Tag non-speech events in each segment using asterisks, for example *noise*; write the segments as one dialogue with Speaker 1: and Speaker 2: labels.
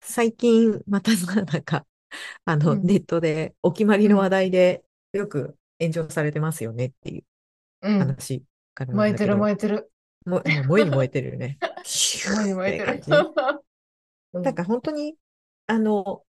Speaker 1: 最近、またさ、なんか、あ
Speaker 2: う
Speaker 1: の、
Speaker 2: ん、
Speaker 1: ネットでお決まり
Speaker 2: う
Speaker 1: の
Speaker 2: ん、
Speaker 1: 話題でよく炎上されてますよねっていう
Speaker 2: うん。
Speaker 1: 話からな
Speaker 2: 燃
Speaker 1: ん
Speaker 2: え
Speaker 1: だ
Speaker 2: て
Speaker 1: け
Speaker 2: る
Speaker 1: ど、
Speaker 2: 燃え
Speaker 1: *laughs*
Speaker 2: てる。
Speaker 1: も、今、燃えに燃えてるよね。シュー
Speaker 2: *laughs* 燃えに
Speaker 1: っ
Speaker 2: 燃え
Speaker 1: て
Speaker 2: て
Speaker 1: 感
Speaker 2: る。
Speaker 1: じ。
Speaker 2: *laughs* う
Speaker 1: なん
Speaker 2: ん、
Speaker 1: か本当に、あの、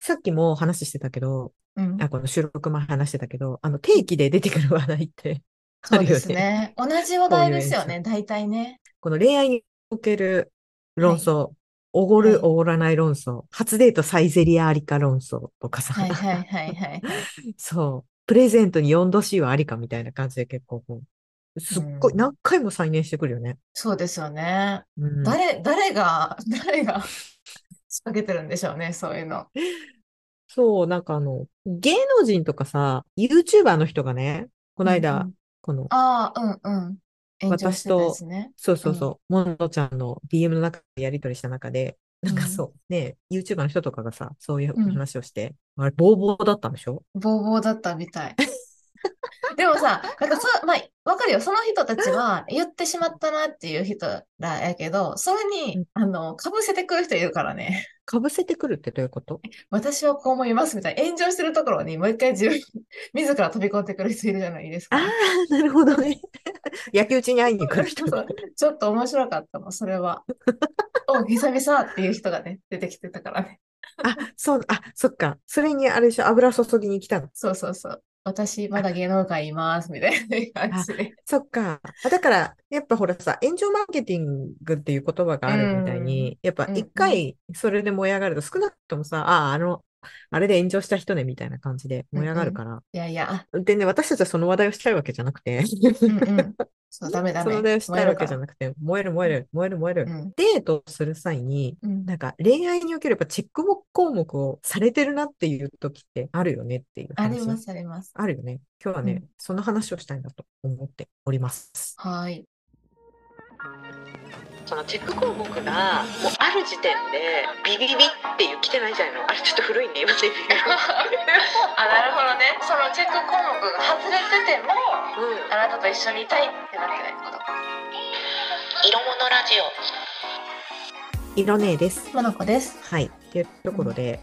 Speaker 1: さっきも話してたけど、
Speaker 2: うん。
Speaker 1: あ、この収録前話してたけど、あの、
Speaker 2: う
Speaker 1: 定
Speaker 2: ん
Speaker 1: 期で出てくる話題って
Speaker 2: *laughs*
Speaker 1: あ
Speaker 2: そう
Speaker 1: る
Speaker 2: で
Speaker 1: よ
Speaker 2: す
Speaker 1: ね。
Speaker 2: ね。同じ話
Speaker 1: こう
Speaker 2: 題
Speaker 1: いう
Speaker 2: です
Speaker 1: 炎
Speaker 2: よ
Speaker 1: 上。
Speaker 2: ね、大体ね。
Speaker 1: この恋愛における
Speaker 2: は
Speaker 1: 論
Speaker 2: い、
Speaker 1: 争、おご
Speaker 2: は
Speaker 1: る、
Speaker 2: い、
Speaker 1: おごらない論争、初デートサイゼリヤありか論争とかさ、
Speaker 2: はい、はい、はい、
Speaker 1: *laughs*
Speaker 2: はい、はい。
Speaker 1: そう、プレゼントに 4°C はありかみたいな感じで結構こう、
Speaker 2: う
Speaker 1: すっごい
Speaker 2: ん、
Speaker 1: 何回も再燃してくるよね。
Speaker 2: そうですよね。
Speaker 1: うん。
Speaker 2: 誰、誰が、 *laughs* 誰が仕掛けてるんでしょうね、そういうの。
Speaker 1: そう、なんかあの、芸能人とかさ、YouTuber の人がね、こ
Speaker 2: う
Speaker 1: の
Speaker 2: ん、う
Speaker 1: 間、
Speaker 2: ん。
Speaker 1: この、
Speaker 2: ああ、うん、うん。炎上し
Speaker 1: 私
Speaker 2: てたやつ
Speaker 1: と、
Speaker 2: ね。
Speaker 1: そう
Speaker 2: う、
Speaker 1: そうんそう、ものちゃんの DM の中でやり取りした中で、な
Speaker 2: うん
Speaker 1: か
Speaker 2: ん、
Speaker 1: そう、ね、YouTuber の人とかがさ、そういう
Speaker 2: うん。
Speaker 1: 話をして、あれ、ボーボーだったんでしょ
Speaker 2: ボーボーだったみたい。 *laughs* でもさ、なんかそう、まあ、わかるよ。その人たちは言ってしまったなっていう人らやけど、それ
Speaker 1: う
Speaker 2: に、
Speaker 1: ん
Speaker 2: あの、かぶせてくる人いるからね。
Speaker 1: かぶせてくるってどういうこと
Speaker 2: 私はこう思いますみたいな。炎上してるところに、もう一回自分、 *laughs* 自ら飛び込んでくる人いるじゃないです
Speaker 1: あ
Speaker 2: か。
Speaker 1: あー、 *laughs* なるほど *laughs* ね。焼き討ちに会いに来る *laughs* 人
Speaker 2: そ
Speaker 1: ね。
Speaker 2: う *laughs* ちょっと面白かったもん、そ
Speaker 1: *laughs*
Speaker 2: れは。お、久々っていう人がね、出てきてたからね。
Speaker 1: あ、そう、あ、そっか。それにあれでしょ、油注ぎに来たの。
Speaker 2: そうそうそう。私、ま
Speaker 1: あ、
Speaker 2: だ芸能界います、みたいな感
Speaker 1: あ、
Speaker 2: じで。
Speaker 1: そっか。あ、だから、やっぱほらさ、炎上マーケティングっていう言葉が
Speaker 2: う
Speaker 1: あるみたい
Speaker 2: ん。
Speaker 1: に、やっぱ
Speaker 2: う
Speaker 1: 一
Speaker 2: んうん。
Speaker 1: 回それで燃え上がると少なくともさ、ああ、あの、あれで炎上した人ね、みたいな感じで
Speaker 2: う
Speaker 1: 燃え
Speaker 2: ん
Speaker 1: 上
Speaker 2: う
Speaker 1: がる
Speaker 2: ん。
Speaker 1: から。
Speaker 2: いやいや、あ、
Speaker 1: でね、私たちはその話題をしたいわけじゃなくて、
Speaker 2: うんうん。そう、ダメダ
Speaker 1: その話
Speaker 2: メ。
Speaker 1: 題をし
Speaker 2: 燃
Speaker 1: た
Speaker 2: え
Speaker 1: い
Speaker 2: る
Speaker 1: わ
Speaker 2: か
Speaker 1: けじゃ
Speaker 2: ら。
Speaker 1: なくて、燃える燃える、燃える燃え
Speaker 2: う
Speaker 1: る。
Speaker 2: ん。
Speaker 1: デートをする際に、
Speaker 2: うん。
Speaker 1: なんか恋愛におけるやっぱチェック項目をされてるなっていう時ってあるよねっていう
Speaker 2: ありま
Speaker 1: 話。
Speaker 2: す、あります。
Speaker 1: あるよね。今日は
Speaker 2: う
Speaker 1: ね、
Speaker 2: ん。
Speaker 1: その話をしたいなと思っております。
Speaker 2: はい。
Speaker 1: そのチェック項目がもうある時点でビビビビっていう来てないじゃないのあれちょっと古いね今ねビビビ
Speaker 2: あ、なるほどね。そのチェック項目が外れてても、
Speaker 1: うん
Speaker 2: あなたと一緒にいたいってなってないってこと。色物ラジ
Speaker 1: 色ねえです
Speaker 2: オ。モノコです。
Speaker 1: はいっていうと
Speaker 2: う
Speaker 1: ころ
Speaker 2: ん。
Speaker 1: で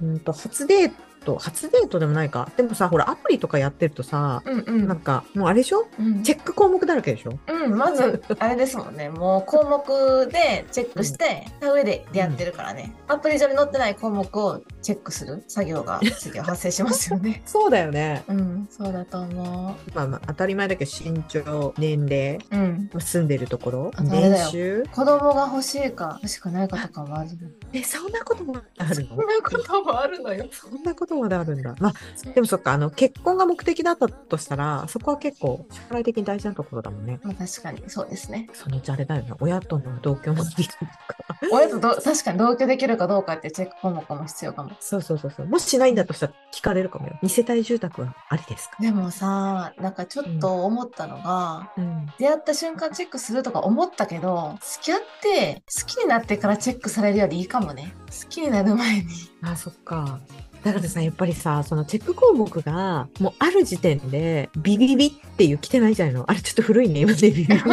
Speaker 1: うんと初デート初デートでもないかでもさほらアプリとかやってるとさ
Speaker 2: うんう
Speaker 1: なん
Speaker 2: ん。
Speaker 1: かもうあれでしょ
Speaker 2: う
Speaker 1: チ
Speaker 2: ん。
Speaker 1: ェック項目だらけでしょ
Speaker 2: うん、まず、あれですもんね。もう項目でチェッ
Speaker 1: う
Speaker 2: クし
Speaker 1: ん
Speaker 2: て、た上で
Speaker 1: う
Speaker 2: やって
Speaker 1: ん
Speaker 2: るからね。アプリ上に載ってない項目をチェックする作 *laughs* 業が次は発生しますよね。
Speaker 1: そうだよね
Speaker 2: うん、そうだと思
Speaker 1: まあまあ当たり前だけど身長年齢
Speaker 2: う。うん。
Speaker 1: まあ住んでるところ
Speaker 2: あとあれ
Speaker 1: 年
Speaker 2: だよ。
Speaker 1: 収
Speaker 2: 子供が欲しいか欲しくないかと
Speaker 1: あ
Speaker 2: かもあるの。
Speaker 1: えそんなこともある
Speaker 2: そん
Speaker 1: の
Speaker 2: なこともあるのよ。
Speaker 1: そんなことまであるんだ。まあ、
Speaker 2: そう
Speaker 1: でもそっか、あの、結婚が目的だったとしたら、そこは結構、将来的に大事なところだもんね。
Speaker 2: まあ確かに、そうですね。
Speaker 1: そのうちあれだよね。親との同居もできるのか。 *laughs*
Speaker 2: 親とど、確かに同居できるかどうかっていうチェック項目も必要かも。
Speaker 1: そうそうそうそう。もししないん
Speaker 2: う
Speaker 1: だ
Speaker 2: ん
Speaker 1: としたら聞かれるかもよ。二世帯住宅はありですか
Speaker 2: でもさ、なんかちょ
Speaker 1: う
Speaker 2: っ
Speaker 1: ん。
Speaker 2: と思ったのが、
Speaker 1: うん。
Speaker 2: 出会った瞬間チェックするとか思ったけど、付き合って好きになってからチェックされるよりいいかもね。好きになる前に。
Speaker 1: あ、そっか。だ
Speaker 2: う
Speaker 1: からさ、
Speaker 2: ん。
Speaker 1: やっぱりさ、そのチェック項目が、もうある時点で、ビビビっていう来てないじゃないの。あれちょっと古いね、今ね、ビビビって。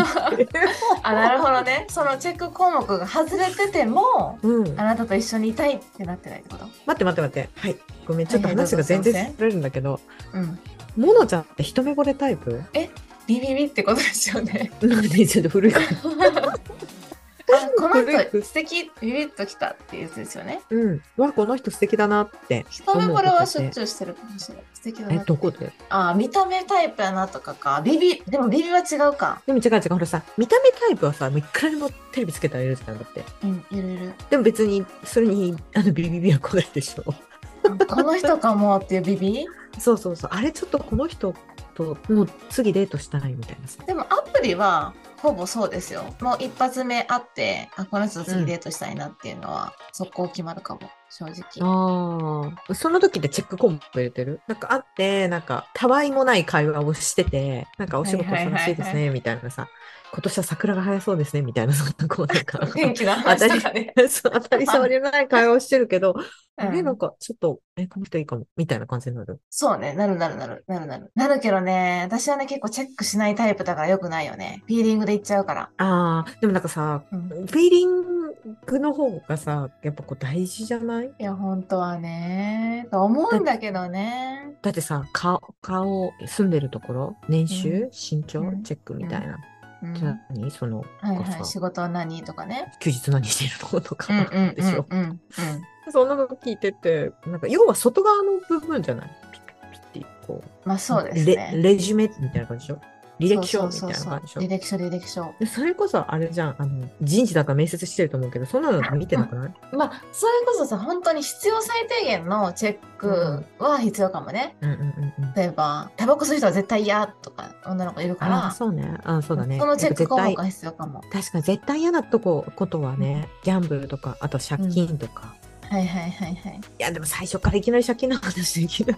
Speaker 2: あ、なるほどね。そのチェック項目が外れてても、
Speaker 1: う
Speaker 2: あ
Speaker 1: ん。
Speaker 2: なたと一緒にいたいってなってないってことは
Speaker 1: 待って待って待って。はい。ごめん、ちょ
Speaker 2: い
Speaker 1: っと
Speaker 2: はい、どう
Speaker 1: 話
Speaker 2: ぞ
Speaker 1: が
Speaker 2: す
Speaker 1: 全
Speaker 2: いま
Speaker 1: 然
Speaker 2: せ
Speaker 1: そ
Speaker 2: ん。
Speaker 1: れるんだけど、
Speaker 2: うん。
Speaker 1: モノちゃんって一目惚れタイプ
Speaker 2: え、ビビビってことですよ *laughs* ね。
Speaker 1: なんで *laughs* ちょっと古いかも。
Speaker 2: あ、この
Speaker 1: 古い
Speaker 2: 人
Speaker 1: く。
Speaker 2: 素敵、ビビッときたっていうやつですよね。
Speaker 1: うん。わ、この人素敵だなって
Speaker 2: 一目
Speaker 1: 思
Speaker 2: 惚
Speaker 1: う
Speaker 2: れ
Speaker 1: こ
Speaker 2: は
Speaker 1: とっ。
Speaker 2: しょってちゅうしてるかもしれない。素敵だ
Speaker 1: え、
Speaker 2: なっ
Speaker 1: どこ
Speaker 2: て。
Speaker 1: で
Speaker 2: あ、見た目タイプやなとかか。ビビ、でもビビは違うか。
Speaker 1: でも違う違う。ほらさ、見た目タイプはさ、もういくらでもテレビつけたらいるじゃん。だって。
Speaker 2: うん、いるいる。
Speaker 1: でも別に、それに、あの、ビビビは来ないでしょ。
Speaker 2: あこの人かもっていうビビ
Speaker 1: そうそうそう。あれちょっとこの人と、もう次デートしたいみたいなさ。
Speaker 2: でもアプリはほぼそうですよ。もう一発目会って、あ、この人と
Speaker 1: う
Speaker 2: 次デ
Speaker 1: ん。
Speaker 2: ートしたいなっていうのは、速攻決まるかも。正直。
Speaker 1: ああ、その時でチェック項目入れてるなんかあって、なんか、たわいもない会話をしてて、なんかお仕事
Speaker 2: はいはいは
Speaker 1: 忙
Speaker 2: いはい
Speaker 1: しいですね、みたいなさ、今年は桜が早そうですね、みたいな、そんなこう、なん *laughs* か、
Speaker 2: 天気の話とかね。
Speaker 1: そう当たり障りのない会話をしてるけど、あ
Speaker 2: *laughs* う
Speaker 1: れ
Speaker 2: ん
Speaker 1: なんか、ちょっと、え、この人いいかも、みたいな感じになる。
Speaker 2: そうね、なるなるなる、なるなる。なるけどね、私はね、結構チェックしないタイプだから良くないよね。フィーリングでいっちゃうから。
Speaker 1: ああ、でもなんかさ、
Speaker 2: うん
Speaker 1: フィーリングの方がさ、やっぱこう大事じゃない
Speaker 2: いや、本当はね、と思うんだけどね。
Speaker 1: だってさ、顔、顔、住んでるところ、年収、身長
Speaker 2: うん、
Speaker 1: チェックみたいな。
Speaker 2: うん、
Speaker 1: じゃあ何その、
Speaker 2: はい
Speaker 1: なんか
Speaker 2: はい、
Speaker 1: さ
Speaker 2: 仕事は何とかね。
Speaker 1: 休日何してるのとか
Speaker 2: うんうん
Speaker 1: でしょ。
Speaker 2: うんうんうん。
Speaker 1: そんなの聞いてて、なんか要は外側の部分じゃないピッピッピッてこう。
Speaker 2: まあそうです
Speaker 1: レ
Speaker 2: ね。
Speaker 1: レジュメみたいな感じでしょ履歴書みたい
Speaker 2: そう
Speaker 1: な
Speaker 2: そうそう
Speaker 1: 感じ
Speaker 2: そ
Speaker 1: でしょ
Speaker 2: う履歴書、履歴書。
Speaker 1: でそれこそあれじゃん、あの、人事だから面接してると思うけど、そんなの見てなくない
Speaker 2: まあ、それこそさ、本当に必要最低限のチェックは必要かもね。
Speaker 1: うんうんうんうん。
Speaker 2: 例えば、タバコ吸う人は絶対嫌とか、女の子いるか
Speaker 1: ああ、
Speaker 2: ら、
Speaker 1: そうね。ああ、そうだね。
Speaker 2: のチェック項
Speaker 1: やっ
Speaker 2: 目
Speaker 1: ぱ絶
Speaker 2: が
Speaker 1: 対
Speaker 2: 必要かも。
Speaker 1: 確かに絶対嫌なとこ、ことはね、ギャンブルとか、あと借金とか。
Speaker 2: はいはいはいはい。 *laughs*
Speaker 1: いや、でも最初からいきなり借金の話できる。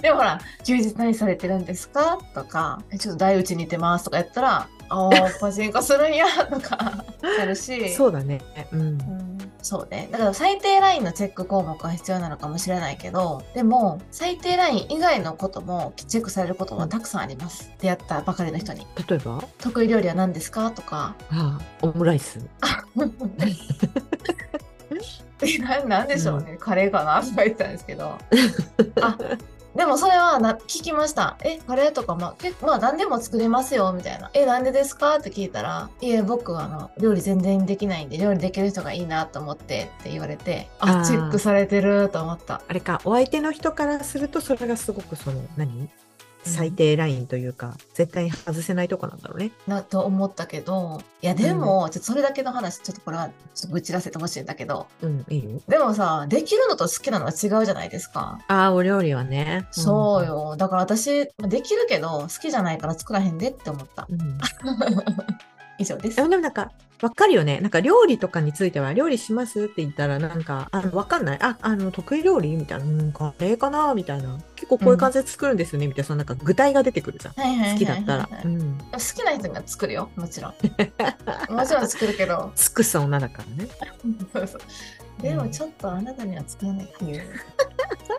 Speaker 2: でもほら、休日何されてるんですかとか、えちょっと台打ちに行ってますとかやったら、ああ、パチンコするんやとか、 *laughs* なるし。
Speaker 1: そうだね。うん。
Speaker 2: うんそうね。だから最低ラインのチェック項目は必要なのかもしれないけど、でも、最低ライン以外のこともチェックされることはたくさんあります。出会ったばかりの人に。
Speaker 1: 例えば
Speaker 2: 得意料理は何ですかとか。
Speaker 1: ああ、オムライス。
Speaker 2: *laughs* えななんでしょうね、カレーかなとか言ってたんですけどあでもそれはな聞きました「えカレーとか、まあ、結構まあ何でも作れますよ」みたいな「えなんでですか?」って聞いたら「いえ僕あの料理全然できないんで料理できる人がいいなと思って」って言われて「あ
Speaker 1: あー
Speaker 2: チェックされてる」と思った。
Speaker 1: あれか、お相手の人からすると、それがすごくその、何最低ラインというか、絶対に外せないとこなんだろうね。
Speaker 2: なと思ったけどいやでも、ちょっとそれだけの話ちょっとこれはちょっと愚痴らせてほしいんだけど
Speaker 1: うん、いいよ。
Speaker 2: でもさできるのと好きなのは違うじゃないですか。
Speaker 1: ああ、お料理はね。
Speaker 2: そうよ。だから私、できるけど、好きじゃないから作らへんでって思った。
Speaker 1: うん。うん
Speaker 2: 以上です
Speaker 1: で。もでもなんか、わかるよね。なんか料理とかについては、料理しますって言ったら、なんか、あの、わかんない。あ、あの、得意料理みたいな。うん、カレーかなみたいな。結構こういう感じで作るんですよね。みたいな、そのなんか具体が出てくるじゃん。
Speaker 2: はいはいはいは
Speaker 1: 好
Speaker 2: い
Speaker 1: きだったら。う
Speaker 2: 好
Speaker 1: ん。
Speaker 2: きな人が作るよ、
Speaker 1: *laughs*
Speaker 2: もちろん。もちろん作るけど。
Speaker 1: 尽くす女だからね。
Speaker 2: そうそうでもちょっとあなたには作らないっ
Speaker 1: *laughs*
Speaker 2: ていう。すい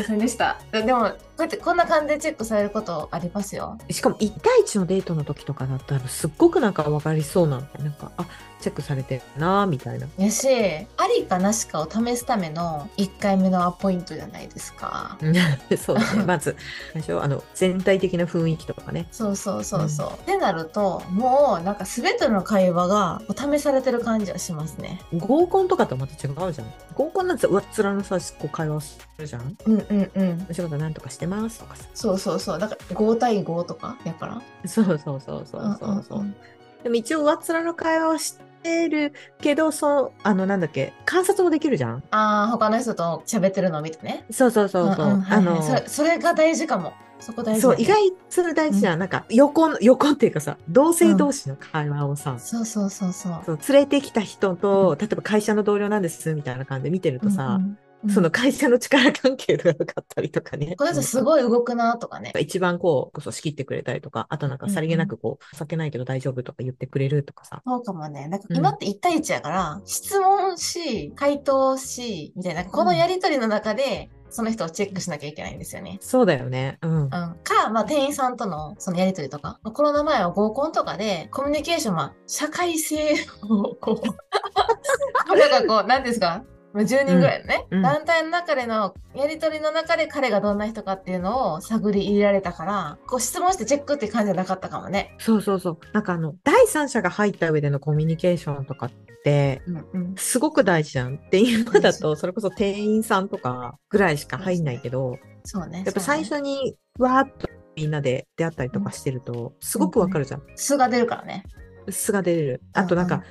Speaker 2: ませんでした。ででも、こうやってこんな感じでチェックされることありますよ。
Speaker 1: しかも1対1のデートの時とかだったらすっごくなんか分かりそうななんかあチェックされてるなみたいな *laughs*
Speaker 2: やし、ありかなしかを試すための1回目のアポイントじゃないですか。
Speaker 1: そうですね
Speaker 2: *laughs*
Speaker 1: まず最初あの全体的な雰囲気とかね
Speaker 2: そうそうそうそう。ってなると、もうなんか全ての会話がこう試されてる感じはしますね。
Speaker 1: 合コンとかとまた違うじゃん合コンなんてさ上っ面のさこう会話するじゃん
Speaker 2: うんうんうん。
Speaker 1: お仕事なんとかしてますとかさ
Speaker 2: そうそうそう。だから5対5とかやから。
Speaker 1: そうそうそうそうそうそう、
Speaker 2: んんん
Speaker 1: でも一応上っ面の会話をしてるけどそうあのなんだっけ観察もできるじゃん
Speaker 2: ああ、他の人と喋ってるのを見てね。
Speaker 1: そうそうそうそう、
Speaker 2: んんはい
Speaker 1: あ
Speaker 2: はい
Speaker 1: の
Speaker 2: それそれが大事かも。そこ大事
Speaker 1: そ
Speaker 2: だ
Speaker 1: う
Speaker 2: ね、
Speaker 1: 意外それ大事じゃん、なんか横の横っていうかさ同性同士の会話をさ、
Speaker 2: そうそうそうそう。
Speaker 1: そう連れてきた人と例えば会社の同僚なんですみたいな感じで見てるとさ、
Speaker 2: うんうん
Speaker 1: そ
Speaker 2: うん
Speaker 1: の会社の力関係とか良かったりとかね。
Speaker 2: この人すごい動くなとかね。
Speaker 1: 一番こうこそ仕切ってくれたりとかあとなんかさりげなくこう「避けないけど大丈夫」とか言ってくれるとかさ
Speaker 2: そうかもね。なんか
Speaker 1: うん
Speaker 2: 今って1対1やから、質問し、回答し、みたいな、このやりとりの中で、その人をチェックしなきゃいけないんですよね。
Speaker 1: そうだよねうん
Speaker 2: うん、か、まあ、店員さんとのそのやりとりとか、まあコロナ前は合コンとかでコミュニケーションは社会性を *laughs* こうなんかこう何ですかまあ10人ぐらいのね、
Speaker 1: うんうん
Speaker 2: 団体の中でのやりとりの中で彼がどんな人かっていうのを探り入れられたからこう質問してチェックって感じじゃなかったかもね。
Speaker 1: そうそうそうなんかあの第三者が入った上でのコミュニケーションとかって
Speaker 2: うんうん、
Speaker 1: すごく大事じゃんって今だとそれこそ店員さんとかぐらいしか入んないけど
Speaker 2: そうね。
Speaker 1: やっぱ
Speaker 2: そう
Speaker 1: 最
Speaker 2: ね
Speaker 1: 初にわーっとみんなで出会ったりとかしてるとすごくわかるじゃん
Speaker 2: 素が出るからね。
Speaker 1: 素が出れる。あとなん
Speaker 2: うん
Speaker 1: か、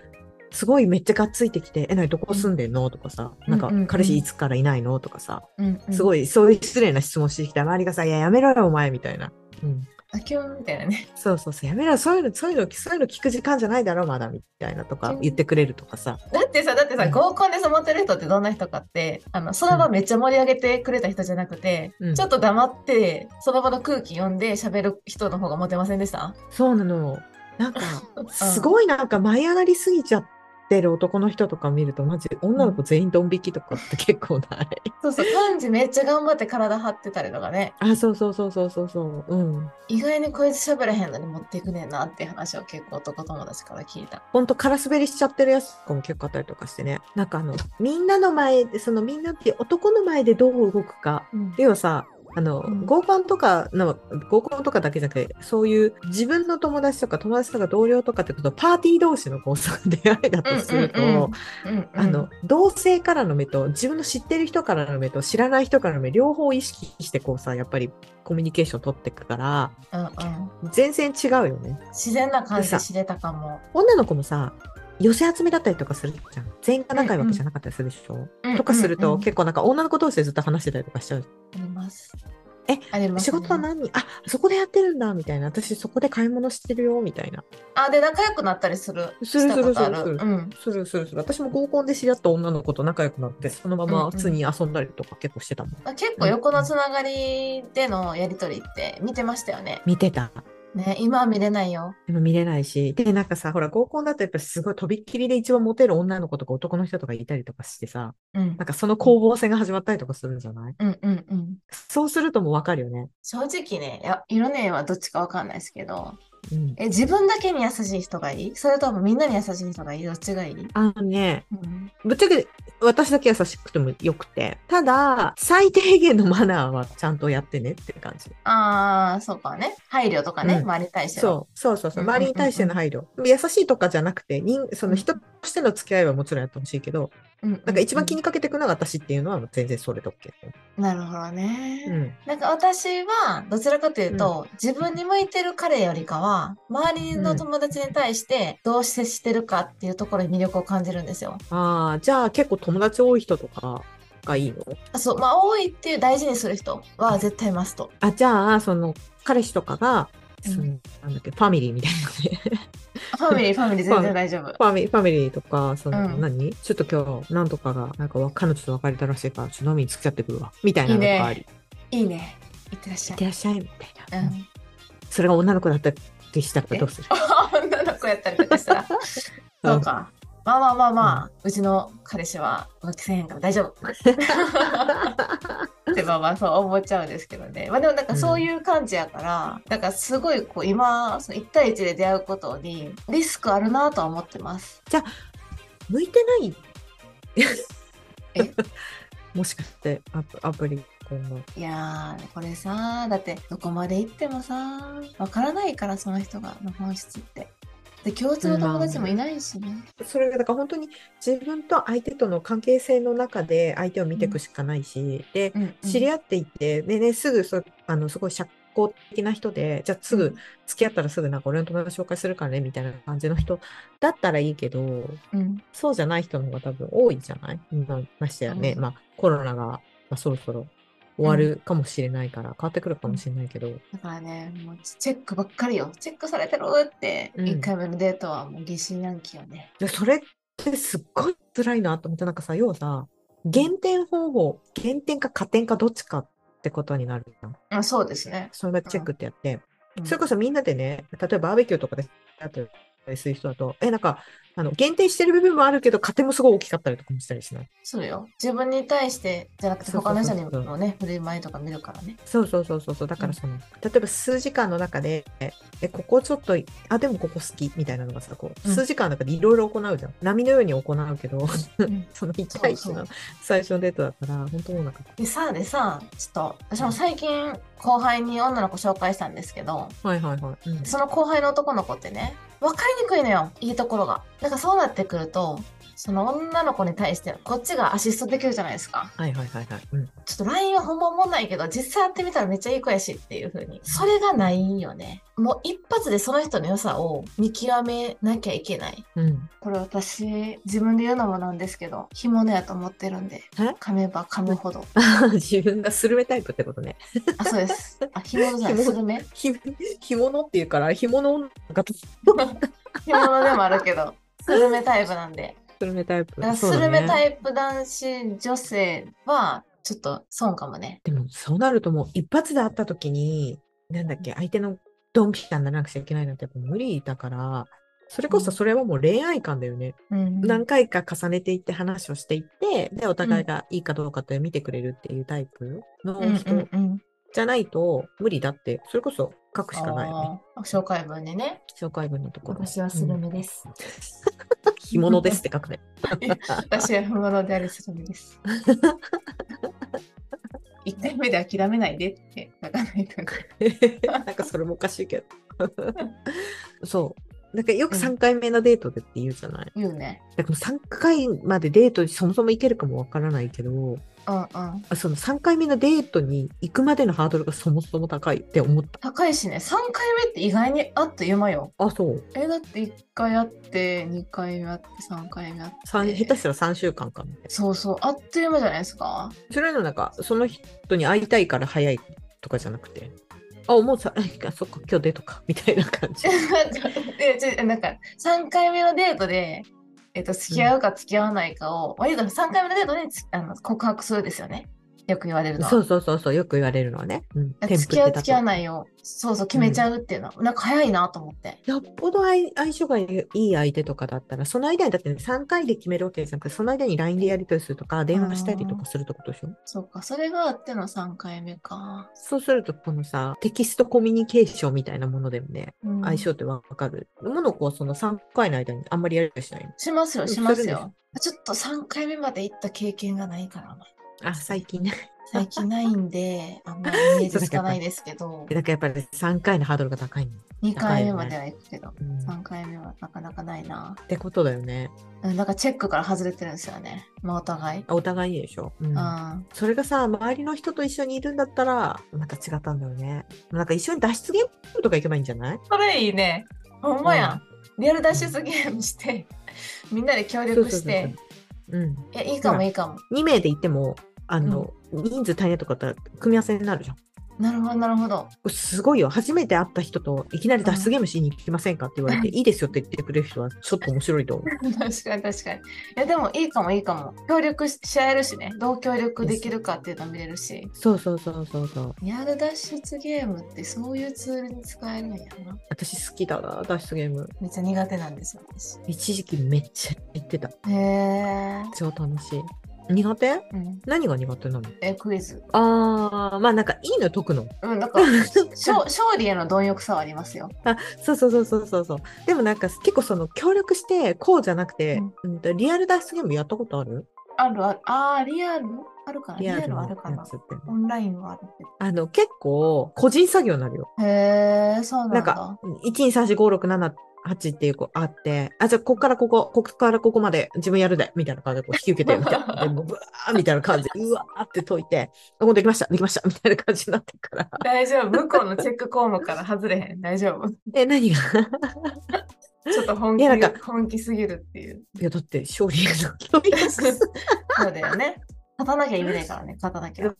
Speaker 1: すごいめっちゃがっついてきて、え、なにどこ住んでんのとかさ、なんか
Speaker 2: うんうんうん、
Speaker 1: 彼氏いつからいないのとかさ、
Speaker 2: うんうん、
Speaker 1: すごいそういう失礼な質問してきて、周りがさ、いや、やめろよ、お前みたいな。うん
Speaker 2: あキュンみたいなね。
Speaker 1: そうそうそう、やめろ、そういうの、そういうの、そういうの聞く時間じゃないだろ、まだ、みたいなとか言ってくれるとかさ。
Speaker 2: だってさ、だってさ、合コンでさ、モテる人ってどんな人かって、あの、その場めっちゃ盛り上げてくれた人じゃなくて、
Speaker 1: うん
Speaker 2: ちょっと黙って、その場の空気読んで喋る人の方がモテませんでした
Speaker 1: そうなの。なんか、すごいなんか舞い上がりすぎちゃってる男の人とか見ると、マジ女の子全員ドン引きとかって結構ない。
Speaker 2: そうそう、漢字めっちゃ頑張って体張ってたりとかね、
Speaker 1: *laughs* あ、そうそうそうそうそうそう。うん。
Speaker 2: 意外にこいつ喋らへんのに持っていくねんなって話を結構男友達から聞いた。
Speaker 1: ほんと、空滑りしちゃってるやつとかも結構あったりとかしてね。なんかあの、みんなの前で、そのみんなって男の前でどう動くか。要はさ、あの、
Speaker 2: うん
Speaker 1: 合コンとかの、合コンとかだけじゃなくて、そういう自分の友達とか友達とか同僚とかってこと、パーティー同士のこう、そう出会いだとすると、
Speaker 2: うんうんうんうんうん
Speaker 1: あの、同性からの目と自分の知ってる人からの目と知らない人からの目両方意識してこうさやっぱりコミュニケーション取っていくから
Speaker 2: うんうん
Speaker 1: 全然違うよね
Speaker 2: 自然な感じで知れたかも。
Speaker 1: 女の子もさ寄せ集めだったりとかするじゃん全員が仲いいわけじゃなかったりするでしょ、とかする
Speaker 2: うんうん
Speaker 1: と
Speaker 2: うん
Speaker 1: 結構なんか女の子同士でずっと話してたりとかしちゃう、
Speaker 2: あります。
Speaker 1: え
Speaker 2: あります、
Speaker 1: 仕事は何あそこでやってるんだみたいな私そこで買い物してるよみたいな
Speaker 2: あ、で、仲良くなったりする。
Speaker 1: する
Speaker 2: したことあ
Speaker 1: するするす
Speaker 2: うん。
Speaker 1: するするする私も合コンで知り合った女の子と仲良くなってそのまま普通に遊んだりとか結構してたもん、
Speaker 2: まあ結構横のつながりでのやりとりって見てましたよね。
Speaker 1: 見てた
Speaker 2: ね、今は見れないよ。
Speaker 1: でも見れないし、で、なんかさ、ほら、合コンだとやっぱすごいとびっきりで一番モテる女の子とか男の人とかいたりとかしてさ、
Speaker 2: うん
Speaker 1: なん。かその攻防戦が始まったりとかするんじゃない
Speaker 2: うんうんうん。
Speaker 1: そうするともうわかるよね。
Speaker 2: 正直ね、いや色ねはどっちかわかんないですけど、
Speaker 1: うん。
Speaker 2: え、自分だけに優しい人がいいそれともみんなに優しい人がいいどっちがいい
Speaker 1: あのね、
Speaker 2: うん。
Speaker 1: ぶっちゃけ私だけ優しくてもよくて、ただ、最低限のマナーはちゃんとやってねって感じ。
Speaker 2: ああ、そうかね。配慮とかね、
Speaker 1: うん
Speaker 2: 周りに対しての。
Speaker 1: そうそうそうそう、
Speaker 2: うんうんう
Speaker 1: 周
Speaker 2: ん
Speaker 1: りに対しての配慮。優しいとかじゃなくて、人その人としての付き合いはもちろんやってほしいけど、
Speaker 2: うんうんうん。
Speaker 1: なんか一番気にかけてくのが私っていうのはもう全然それで OK。
Speaker 2: なるほどね。
Speaker 1: うん。
Speaker 2: なんか私はどちらかというと、自分に向いてる彼よりかは周りの友達に対してどう接してるかっていうところに魅力を感じるんですよ。
Speaker 1: ああ、じゃあ結構友達多い人とかがいいの
Speaker 2: あそうまあ多いっていう大事にする人は絶対マスト。
Speaker 1: あ、じゃあ、その、彼氏とかが、
Speaker 2: う
Speaker 1: そ
Speaker 2: ん
Speaker 1: の、なんだっけ、ファミリーみたいなね。 *laughs*
Speaker 2: フ *laughs* ァミリーファミリー全然大丈夫。
Speaker 1: ファミリー、ファミリーとか、その、
Speaker 2: うん
Speaker 1: 何ちょっと今日、なんとかが、なんかわ彼女と別れたらしいから、ちょっと飲みに付き合ってくるわ。みたいなのがあり。い
Speaker 2: いいね。いってらっしゃ
Speaker 1: っ
Speaker 2: い。
Speaker 1: てらっしゃい、みた
Speaker 2: う
Speaker 1: いな。
Speaker 2: ん、 *laughs*
Speaker 1: それが女の子だったりしたらどうする
Speaker 2: 女の子やったりとかしたらそうか。まあまあまあまあ、うちの彼氏は浮気せえへんから大丈夫。 *laughs* ってまあまあそう思っちゃうんですけどね。まあでもなんかそういう感じやから、なんかすごいこう今、その1対1で出会うことにリスクあるなとは思ってます。
Speaker 1: 向いてない
Speaker 2: え
Speaker 1: *laughs* もしかして、アプアプリ、今後。
Speaker 2: いやー、これさ、だってどこまで行ってもさ、わからないからその人がの本質って。で、共通の友達もいないしね。
Speaker 1: それがだから本当に自分と相手との関係性の中で相手を見ていくしかないし、で
Speaker 2: うんうん
Speaker 1: 知り合っていて、でね、すぐそあのすごい社交的な人で、じゃあすぐ付き合ったらすぐなんか俺の友達紹介するからねみたいな感じの人だったらいいけど、
Speaker 2: うん
Speaker 1: そうじゃない人の方が多分多いじゃない今ましてやね、
Speaker 2: うん
Speaker 1: まあコロナが、まあ、そろそろ終わるかもしれないから、変わってくるかもしれないけど、
Speaker 2: だからね、もうチェックばっかりよ。チェックされてるって、
Speaker 1: うん
Speaker 2: 1回目のデートはもう疑心暗鬼よね。
Speaker 1: でそれってすっごい辛いなと思って、なんかさ、要はさ、減点方法、減点か加点かどっちかってことになるじゃん。
Speaker 2: あそうですね。
Speaker 1: それまでチェックってやって、
Speaker 2: うん
Speaker 1: それこそみんなでね、例えばバーベキューとかで、あと、する人だと、え、なんか、あの、減点してる部分もあるけど、加点もすごい大きかったりとかもしたりしない。
Speaker 2: そうよ。自分に対してじゃなくて
Speaker 1: そうそ
Speaker 2: 他
Speaker 1: う
Speaker 2: の
Speaker 1: そうそ
Speaker 2: 人
Speaker 1: う
Speaker 2: にもね、振る舞いとか見るからね。
Speaker 1: そうそうそうそうそう。だからその、例えば数時間の中で、え、ここちょっと、あ、でもここ好きみたいなのがさ、こう、
Speaker 2: うん
Speaker 1: 数時間の中でいろいろ行うじゃん。波のように行うけど、
Speaker 2: ん
Speaker 1: *laughs* その1対1の最初のデートだったら、本当もうなんか、
Speaker 2: でさ、でさ、ちょっと、私も最近後輩に女の子紹介したんですけど、
Speaker 1: はいはいはい。うん
Speaker 2: その後輩の男の子ってね、分かりにくいのよ、いいところが。なんかそうなってくると、その女の子に対してこっちがアシストできるじゃないですか。
Speaker 1: はいはいはいはい。うん。
Speaker 2: ちょっと LINE は本番もんないけど、実際やってみたらめっちゃいい子やしっていう風に。それがないよね。もう一発でその人の良さを見極めなきゃいけない。
Speaker 1: うん。
Speaker 2: これ私、自分で言うのもなんですけど、干物やと思ってるんで、
Speaker 1: え
Speaker 2: 噛めば噛むほ *laughs* ど。
Speaker 1: *laughs* 自分がスルメタイプってことね。
Speaker 2: あ、そうです。あ、干物じゃない、
Speaker 1: 干
Speaker 2: ス
Speaker 1: 物
Speaker 2: ルメ *laughs*
Speaker 1: ひ、 *laughs* 干物っていうから、干物の方が
Speaker 2: 干物でもあるけど、スルメタイプなんで。
Speaker 1: スルメタイプ
Speaker 2: だか。らス
Speaker 1: そうだ
Speaker 2: ルメタ
Speaker 1: ね。
Speaker 2: イプ男子女性は、ちょっと損かもね。
Speaker 1: でも、そうなるともう一発で会った時に、なんだっけ、相手のドンピシャにならなくちゃいけないなんてやっぱ無理だから、それこそそれはもう恋愛観だよね。
Speaker 2: うん
Speaker 1: 何回か重ねていって話をしていって、で、お互いがいいかどうかって見てくれるっていうタイプ
Speaker 2: うん
Speaker 1: の
Speaker 2: うん
Speaker 1: 人
Speaker 2: うん。
Speaker 1: じゃないと無理だって、それこそ書くしかないよね。
Speaker 2: あー紹介文にね。
Speaker 1: 紹介文のところ。
Speaker 2: 私はスルメです。
Speaker 1: 干物ですって書くね。
Speaker 2: 私は不物でありするんです。1回目で諦めないでって書かないと。
Speaker 1: *laughs* なんかそれもおかしいけど。 *laughs* そう。なんかよく3回目のデートでって言うじゃない。
Speaker 2: 言うね。
Speaker 1: だから3回までデートにそもそも行けるかもわからないけど、
Speaker 2: うんうん。
Speaker 1: その3回目のデートに行くまでのハードルがそもそも高いって思った。
Speaker 2: 高いしね、3回目って意外にあっという間よ。
Speaker 1: あ、そう。
Speaker 2: え、だって1回あって、2回目あって、3回目あって。
Speaker 1: 三下手したら3週間かも。
Speaker 2: そうそう、あっという間じゃないですか。
Speaker 1: それのなんか、その人に会いたいから早いとかじゃなくて、あ、もうさ、 *laughs* あそっか、今日デートか、みたいな感じ。
Speaker 2: でちょ *laughs* なんか3回目のデートで、えっと付き合うか付き合わないかを、割と3回目のデートでつあの告白するですよねよく言われるのは
Speaker 1: そうそうそうそう、よく言われるのはね。うん、
Speaker 2: 付き合う付き合わ
Speaker 1: い。
Speaker 2: ないをそうそう決めちゃうっていうのは、なんか早いなと思って
Speaker 1: よっぽど相相性がいい相手とかだったら、その間にだって、ね、3回で決めるわけじゃなくて、その間に LINE でやり取りするとか、電話したりとかするってことでしょ
Speaker 2: そうかそれがあっての3回目か、
Speaker 1: そうすると、このさ、テキストコミュニケーションみたいなものでもね、
Speaker 2: うん
Speaker 1: 相性ってわかる。ものこう、その3回の間にあんまりやり取りしないの。
Speaker 2: しますよ
Speaker 1: うん
Speaker 2: します
Speaker 1: するん
Speaker 2: よちょっと3回目まで行った経験がないからな
Speaker 1: あ、最近ね。
Speaker 2: 最近ないんであんまりイメージつかないですけ
Speaker 1: *laughs*
Speaker 2: ど
Speaker 1: だからやっぱり3回のハードルが高いの。
Speaker 2: 2回目までは行くけど、
Speaker 1: うん
Speaker 2: 3回目はなかなかないな
Speaker 1: ってことだよね。
Speaker 2: うんなんかチェックから外れてるんですよね。まあお互い。
Speaker 1: お互いにでしょ。うん
Speaker 2: うん。
Speaker 1: それがさ、周りの人と一緒にいるんだったら、また違ったんだよね。なんか一緒に脱出ゲームとか行けばいいんじゃない
Speaker 2: それいいね。ほんまやん。リアル脱出ゲームして、 *laughs* みんなで協力して。
Speaker 1: そうそうそうそううん。
Speaker 2: いや、いいか
Speaker 1: ほ
Speaker 2: も
Speaker 1: ら
Speaker 2: いいかも。
Speaker 1: 2名で行っても、あの、人数足りないとかだったら組み合わせになるじゃん。
Speaker 2: なるほど、なるほど。
Speaker 1: すごいよ。初めて会った人といきなり脱出ゲームしに行きませんかって言われて、いいですよって言ってくれる人はちょっと面白いと思う。
Speaker 2: 確かに確かに。いや、でもいいかもいいかも。協力しし合えるしね。どう協力できるかっていうの見れるし。
Speaker 1: そうそうそうそうそう。
Speaker 2: リアル脱出ゲームってそういうツールに使えるんやな。
Speaker 1: 私好きだな、脱出ゲーム。
Speaker 2: めっちゃ苦手なんですよ、私。
Speaker 1: 一時期めっちゃ行ってた。
Speaker 2: へえ。
Speaker 1: 超楽しい。苦手
Speaker 2: うん。
Speaker 1: 何が苦手なの
Speaker 2: え、クイズ。
Speaker 1: ああ、まあなんかいいの解くの。
Speaker 2: うん、 *laughs* なんか、勝勝利への貪欲さはありますよ。
Speaker 1: *laughs* そうそうそうそうそうそう。でもなんか結構その協力してこうじゃなくて、うんとリアル脱出ゲームやったことある？
Speaker 2: あるある。あーリアルあるかなリアル
Speaker 1: の
Speaker 2: はあるか
Speaker 1: や
Speaker 2: な
Speaker 1: つって
Speaker 2: オンラインはあるけ
Speaker 1: あの結構個人作業になるよ。
Speaker 2: ど。へえ、そうなんだ。
Speaker 1: なんか一二三四五六七八っていう子あって、あじゃあここからここここからここまで自分やるでみたいな感じでこう引き受けてみたい
Speaker 2: *laughs*
Speaker 1: な。でもうブワーみたいな感じでうわーって解いて、あもうできましたできましたみたいな感じになってるから。
Speaker 2: 大丈夫。向こうのチェック項目から外れへん。大丈夫。
Speaker 1: え何が？ *laughs*
Speaker 2: ちょっと本
Speaker 1: いやなん
Speaker 2: 本気すぎるっ
Speaker 1: *laughs*
Speaker 2: ていう。
Speaker 1: いやだって *laughs* 勝利
Speaker 2: *laughs*
Speaker 1: の協力。
Speaker 2: そうだよね。勝たなきゃ意味ないからね。勝たなきゃ。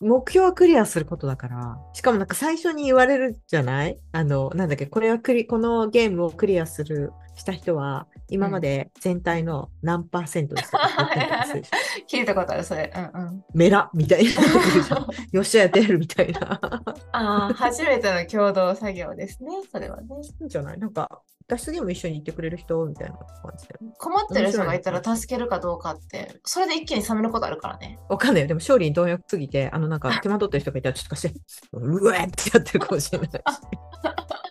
Speaker 1: 目標をクリアすることだから、しかもなんか最初に言われるじゃないあの、なんだっけ、これはクリ、このゲームをクリアする、した人は、今まで全体の何パーセントでしたか *laughs* って言ったりとかするでしょ
Speaker 2: 聞いたことある、それ。うんうん。
Speaker 1: メラみたいな。よっしゃ、やってるみたいな。
Speaker 2: *laughs* ああ、初めての共同作業ですね。それはね。
Speaker 1: いいんじゃないなんか、脱出ゲーム一緒に行ってくれる人みたいな感じで。
Speaker 2: 困ってる人がいたら助けるかどうかって、それで一気に冷めることあるからね。
Speaker 1: わかんないよ。でも勝利に貪欲すぎて、あの、なん
Speaker 2: *laughs*
Speaker 1: か手間取ってる人がいたら、ちょっと貸して、うわーってやってるかもしれない
Speaker 2: *laughs*
Speaker 1: し。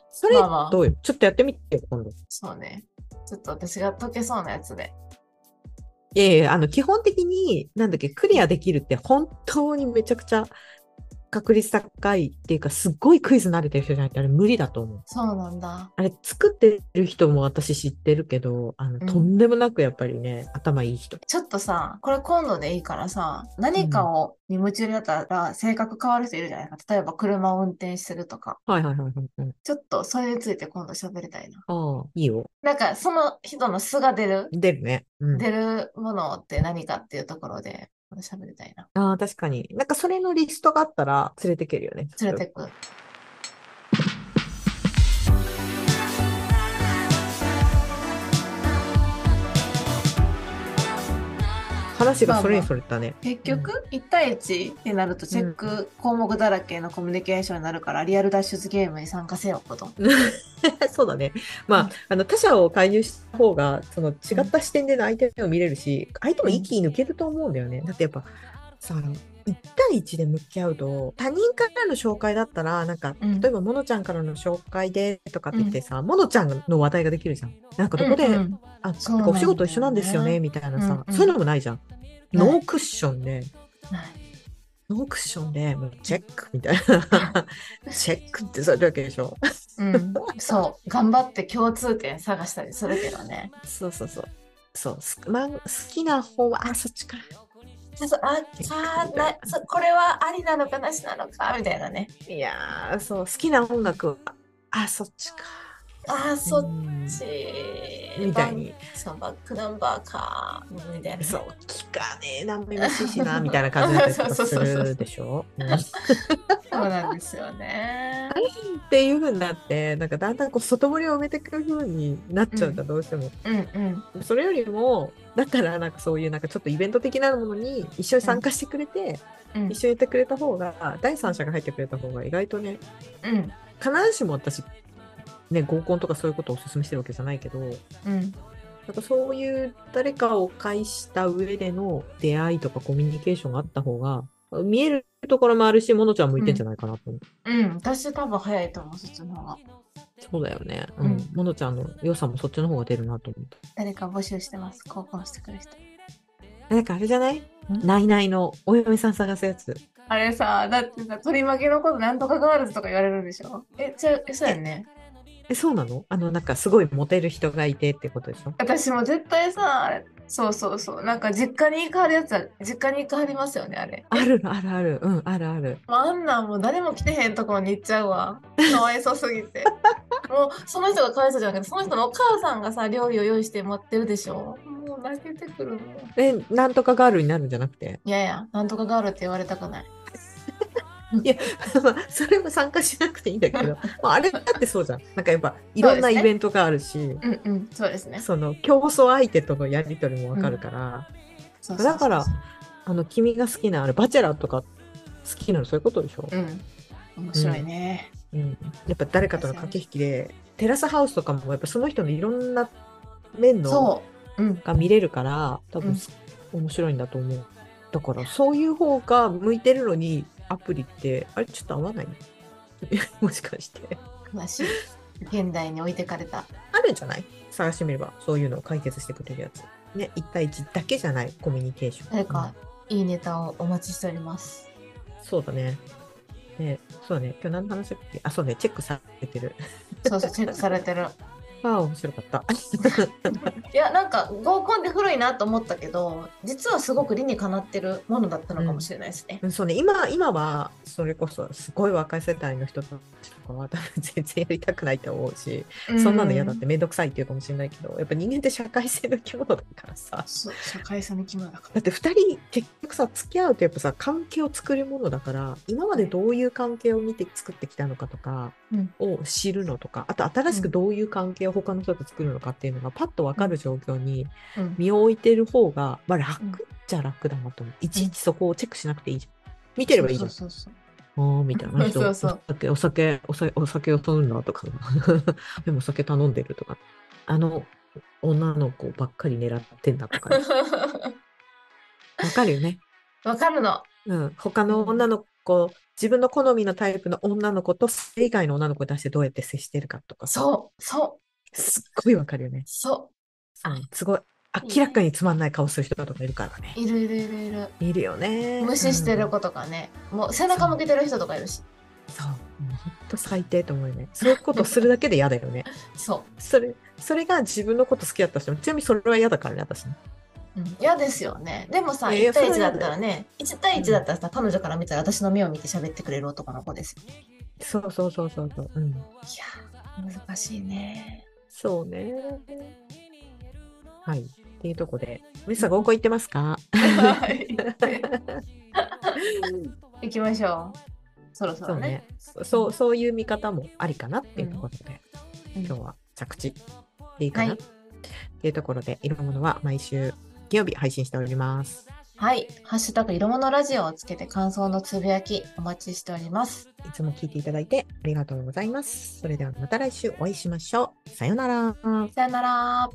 Speaker 1: それ、
Speaker 2: まあまあ
Speaker 1: どうよ。ちょっとやってみてよ、今度。
Speaker 2: そうね。ちょっと私が解けそうなやつで。
Speaker 1: いやいや、あの、基本的に、なんだっけ、クリアできるって本当にめちゃくちゃ確率高いっていうか、すっごいクイズ慣れてる人じゃないとあれ無理だと思う。
Speaker 2: そうなんだ。
Speaker 1: あれ作ってる人も私知ってるけど、あの、
Speaker 2: ん
Speaker 1: とんでもなくやっぱりね、頭いい人。
Speaker 2: ちょっとさ、これ今度でいいからさ、何かをに夢中になったら性格変わる人いるじゃないか。例えば車を運転するとか。
Speaker 1: はいはいはいはいはい。
Speaker 2: ちょっとそれについて今度喋りたいな。
Speaker 1: ああ、いいよ。
Speaker 2: なんかその人の素が出る、
Speaker 1: 出るね。うん。
Speaker 2: 出るものって何かっていうところで今度喋りたいな。
Speaker 1: ああ、確かに。なんかそれのリストがあったら連れてけるよね。
Speaker 2: 連れてく。
Speaker 1: 話がそれにそれたね。
Speaker 2: 結局、1対1になるとチェック項目だらけのコミュニケーションになるから、リアル脱出ゲームに参加せよこと。
Speaker 1: *laughs* そうだね。まあ、
Speaker 2: うん
Speaker 1: あの他者を介入した方が、その違った視点での相手を見れるし、相手も息抜けると思うんだよね。だってやっぱ、さ、1対1で向き合うと、他人からの紹介だったら、なんか、
Speaker 2: うん
Speaker 1: 例えば、モノちゃんからの紹介でとかって言ってさ、モノちゃんの話題ができるじゃん。なんかどこで、
Speaker 2: うんうん
Speaker 1: あ、
Speaker 2: そう
Speaker 1: なんかお仕事
Speaker 2: なんだよね
Speaker 1: 一緒なんですよね、みたいなさ、
Speaker 2: うんうん
Speaker 1: そういうのもないじゃん。
Speaker 2: ない
Speaker 1: ノークッションで、
Speaker 2: はい
Speaker 1: ノークッションで、もうチェックみたい
Speaker 2: *laughs*
Speaker 1: な。チェックってそれだけでしょ。
Speaker 2: うん、そう頑張って共通点探したりするけどね。
Speaker 1: そうそうそう。そう、すまん好きな方は、あ、そっちか。
Speaker 2: そうああーなそこれはありなのかなしなのかみたいなね。
Speaker 1: いやー、そう、好きな音楽は、あ、そっちか。
Speaker 2: ああそっ
Speaker 1: うん
Speaker 2: ち
Speaker 1: みたいに。
Speaker 2: そうバックナンバーかみたいな。
Speaker 1: そう、聞かねえ、なんも嬉しいしな、みたいな感じだったりとか
Speaker 2: そう
Speaker 1: す
Speaker 2: そうそうそう
Speaker 1: るでしょ。
Speaker 2: *laughs*
Speaker 1: うん
Speaker 2: そうなんですよね。
Speaker 1: っていう風になって、なんかだんだんこう外堀を埋めていく風になっちゃうんだ、どうしても。
Speaker 2: うんうん
Speaker 1: それよりも、だからなんかそういうなんかちょっとイベント的なものに一緒に参加してくれて、
Speaker 2: うん
Speaker 1: 一緒にいてくれた方が、第三者が入ってくれた方が意外とね、
Speaker 2: うん
Speaker 1: 必ずしも私、ね、合コンとかそういうことをお勧めしてるわけじゃないけど、なん
Speaker 2: うん
Speaker 1: かそういう誰かを介した上での出会いとかコミュニケーションがあった方が、見えるところもあるし、モノちゃん向いてんじゃないかなと思う。
Speaker 2: うん私多分早いと思うそっちの方が。
Speaker 1: そうだよね。
Speaker 2: うん
Speaker 1: うん。モノちゃんの良さもそっちの方が出るなと思った。
Speaker 2: 誰か募集してます合コンしてくる人。
Speaker 1: なんかあれじゃないないないのお嫁さん探すやつ。
Speaker 2: あれさだってさ取り負けのことなんとかガールズとか言われるんでしょ。えちゃそうやんね。
Speaker 1: え、そうなのあの、なんかすごいモテる人がいてってことでしょ
Speaker 2: 私も絶対さあれそうそうそうなんか実家に行かはるやつは実家に行かはりますよねあれ
Speaker 1: あるあるある。うん、あるある。
Speaker 2: もうあんなんもう誰も来てへんところに行っちゃう *laughs* わかわいそうすぎてもうその人がかわいそうじゃなくてその人のお母さんがさ料理を用意して持ってるでしょもう泣けてくるもん
Speaker 1: え、なんとかガールになるんじゃなくて
Speaker 2: いやいやなんとかガールって言われたくない
Speaker 1: *laughs* まあ、それも参加しなくていいんだけ
Speaker 2: *laughs*
Speaker 1: ど、まあ、あれだってそうじゃん。なんかやっぱ、いろんなイベントがあるし、そ,、
Speaker 2: うんうんそうですね
Speaker 1: の、競争相手とのやりとりもわかるから、
Speaker 2: そう
Speaker 1: だからあの、君が好きな、あれ、バチェラーとか好きなの、そういうことでしょ、
Speaker 2: うん面白いね、
Speaker 1: うん、やっぱ誰かとの駆け引きで、テラスハウスとかも、やっぱその人のいろんな面の
Speaker 2: そううん
Speaker 1: が見れるから、多分、面白いんだと思う。だから、そういう方が向いてるのに、アプリって、あれ、ちょっと合わない *laughs* もしかして。
Speaker 2: 悲しい現代に置いてかれた
Speaker 1: あるんじゃない探してみれば、そういうのを解決してくれるやつ。ね、1対1だけじゃない、コミュニケーション。
Speaker 2: 誰かいいネタをお待ちしております
Speaker 1: うんそうだね。ね、そうね。今日何の話だっけあ、そうね。チェックされてる。
Speaker 2: そうそうチェックされてる
Speaker 1: ああ、面白かった。
Speaker 2: *laughs*
Speaker 1: *laughs*
Speaker 2: いやなんか合コンで古いなと思ったけど実はすごく理にかなってるものだったのかもしれないですね。
Speaker 1: うんそうね。今、今は、それこそ、すごい若い世代の人たちとかは、 *laughs* 多分全然やりたくないと思うし、そんなの嫌だってめんどくさいっていうかもしれないけど、やっぱ人間って社会性の生き物だからさ。
Speaker 2: そう社会性の肝だか
Speaker 1: だって2人結局さ付き合うとやっぱさ関係を作るものだから今までどういう関係を見て作ってきたのかとか
Speaker 2: うん
Speaker 1: を知るのとか、あと新しくどういう関係を他の人と作るのかっていうのがパッと分かる状況に
Speaker 2: ら。うん
Speaker 1: 身を置いてる方が、まあ、楽っちゃ楽だなと思う、いちいちそこをチェックしなくていいじゃん見てればいいじゃん。
Speaker 2: そうそうそう
Speaker 1: ああ、みたいな。あの人
Speaker 2: そうそう
Speaker 1: お酒、お酒、お酒、お酒を飲んだとか。 *laughs* でもお酒頼んでるとか。あの、女の子ばっかり狙ってんだとか。わ
Speaker 2: そう
Speaker 1: かるよね。
Speaker 2: わかるの。
Speaker 1: うん、他の
Speaker 2: うん
Speaker 1: 女の子、自分の好みのタイプの女の子と、それ以外の女の子に対してどうやって接してるかとか、
Speaker 2: そうそう
Speaker 1: すっごいわかるよね。
Speaker 2: そう。
Speaker 1: うんすごい。明らかにつまんない顔する人とかいるからね。
Speaker 2: いるいるいるいる。
Speaker 1: いるよね。
Speaker 2: 無視してる
Speaker 1: うん
Speaker 2: 子とかね、もう背中向けてる人とかいるし。
Speaker 1: そう。もうほんと最低と思うよね。そういうことするだけで嫌だよ
Speaker 2: *laughs*
Speaker 1: ね。
Speaker 2: そ
Speaker 1: それ、それが自分のこと好きだった人も、ちなみにそれは嫌だからね、私ね。
Speaker 2: う。うん嫌ですよね。でもさ、
Speaker 1: いやいや
Speaker 2: 1対
Speaker 1: そ
Speaker 2: 1
Speaker 1: れ
Speaker 2: だ
Speaker 1: は
Speaker 2: ったらね、1対1だったらさ、彼女から見たら私の目を見て喋ってくれる男の子ですよ。
Speaker 1: そうそうそうそうそう。うん。
Speaker 2: いやー、難しい *laughs* ね。
Speaker 1: そうね。はい。っていうとこで、ミスさん合コン行ってますか *laughs*
Speaker 2: 行きましょう。そろそ
Speaker 1: そ
Speaker 2: ろ
Speaker 1: う
Speaker 2: ね。
Speaker 1: ね。そそう、そういう見方もありかなっていうところで、
Speaker 2: うん
Speaker 1: 今日は着地でいいかな、
Speaker 2: はい
Speaker 1: っていうところで、いろんなものは毎週金曜日配信しております。
Speaker 2: はい。ハッシュタグ、色物ラジオをつけて感想のつぶやきお待ちしております。
Speaker 1: いつも聞いていただいてありがとうございます。それではまた来週お会いしましょう。さようなら。
Speaker 2: さよなら。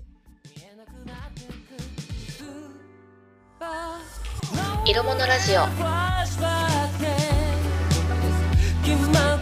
Speaker 3: 色物ラジオ
Speaker 4: 決まっ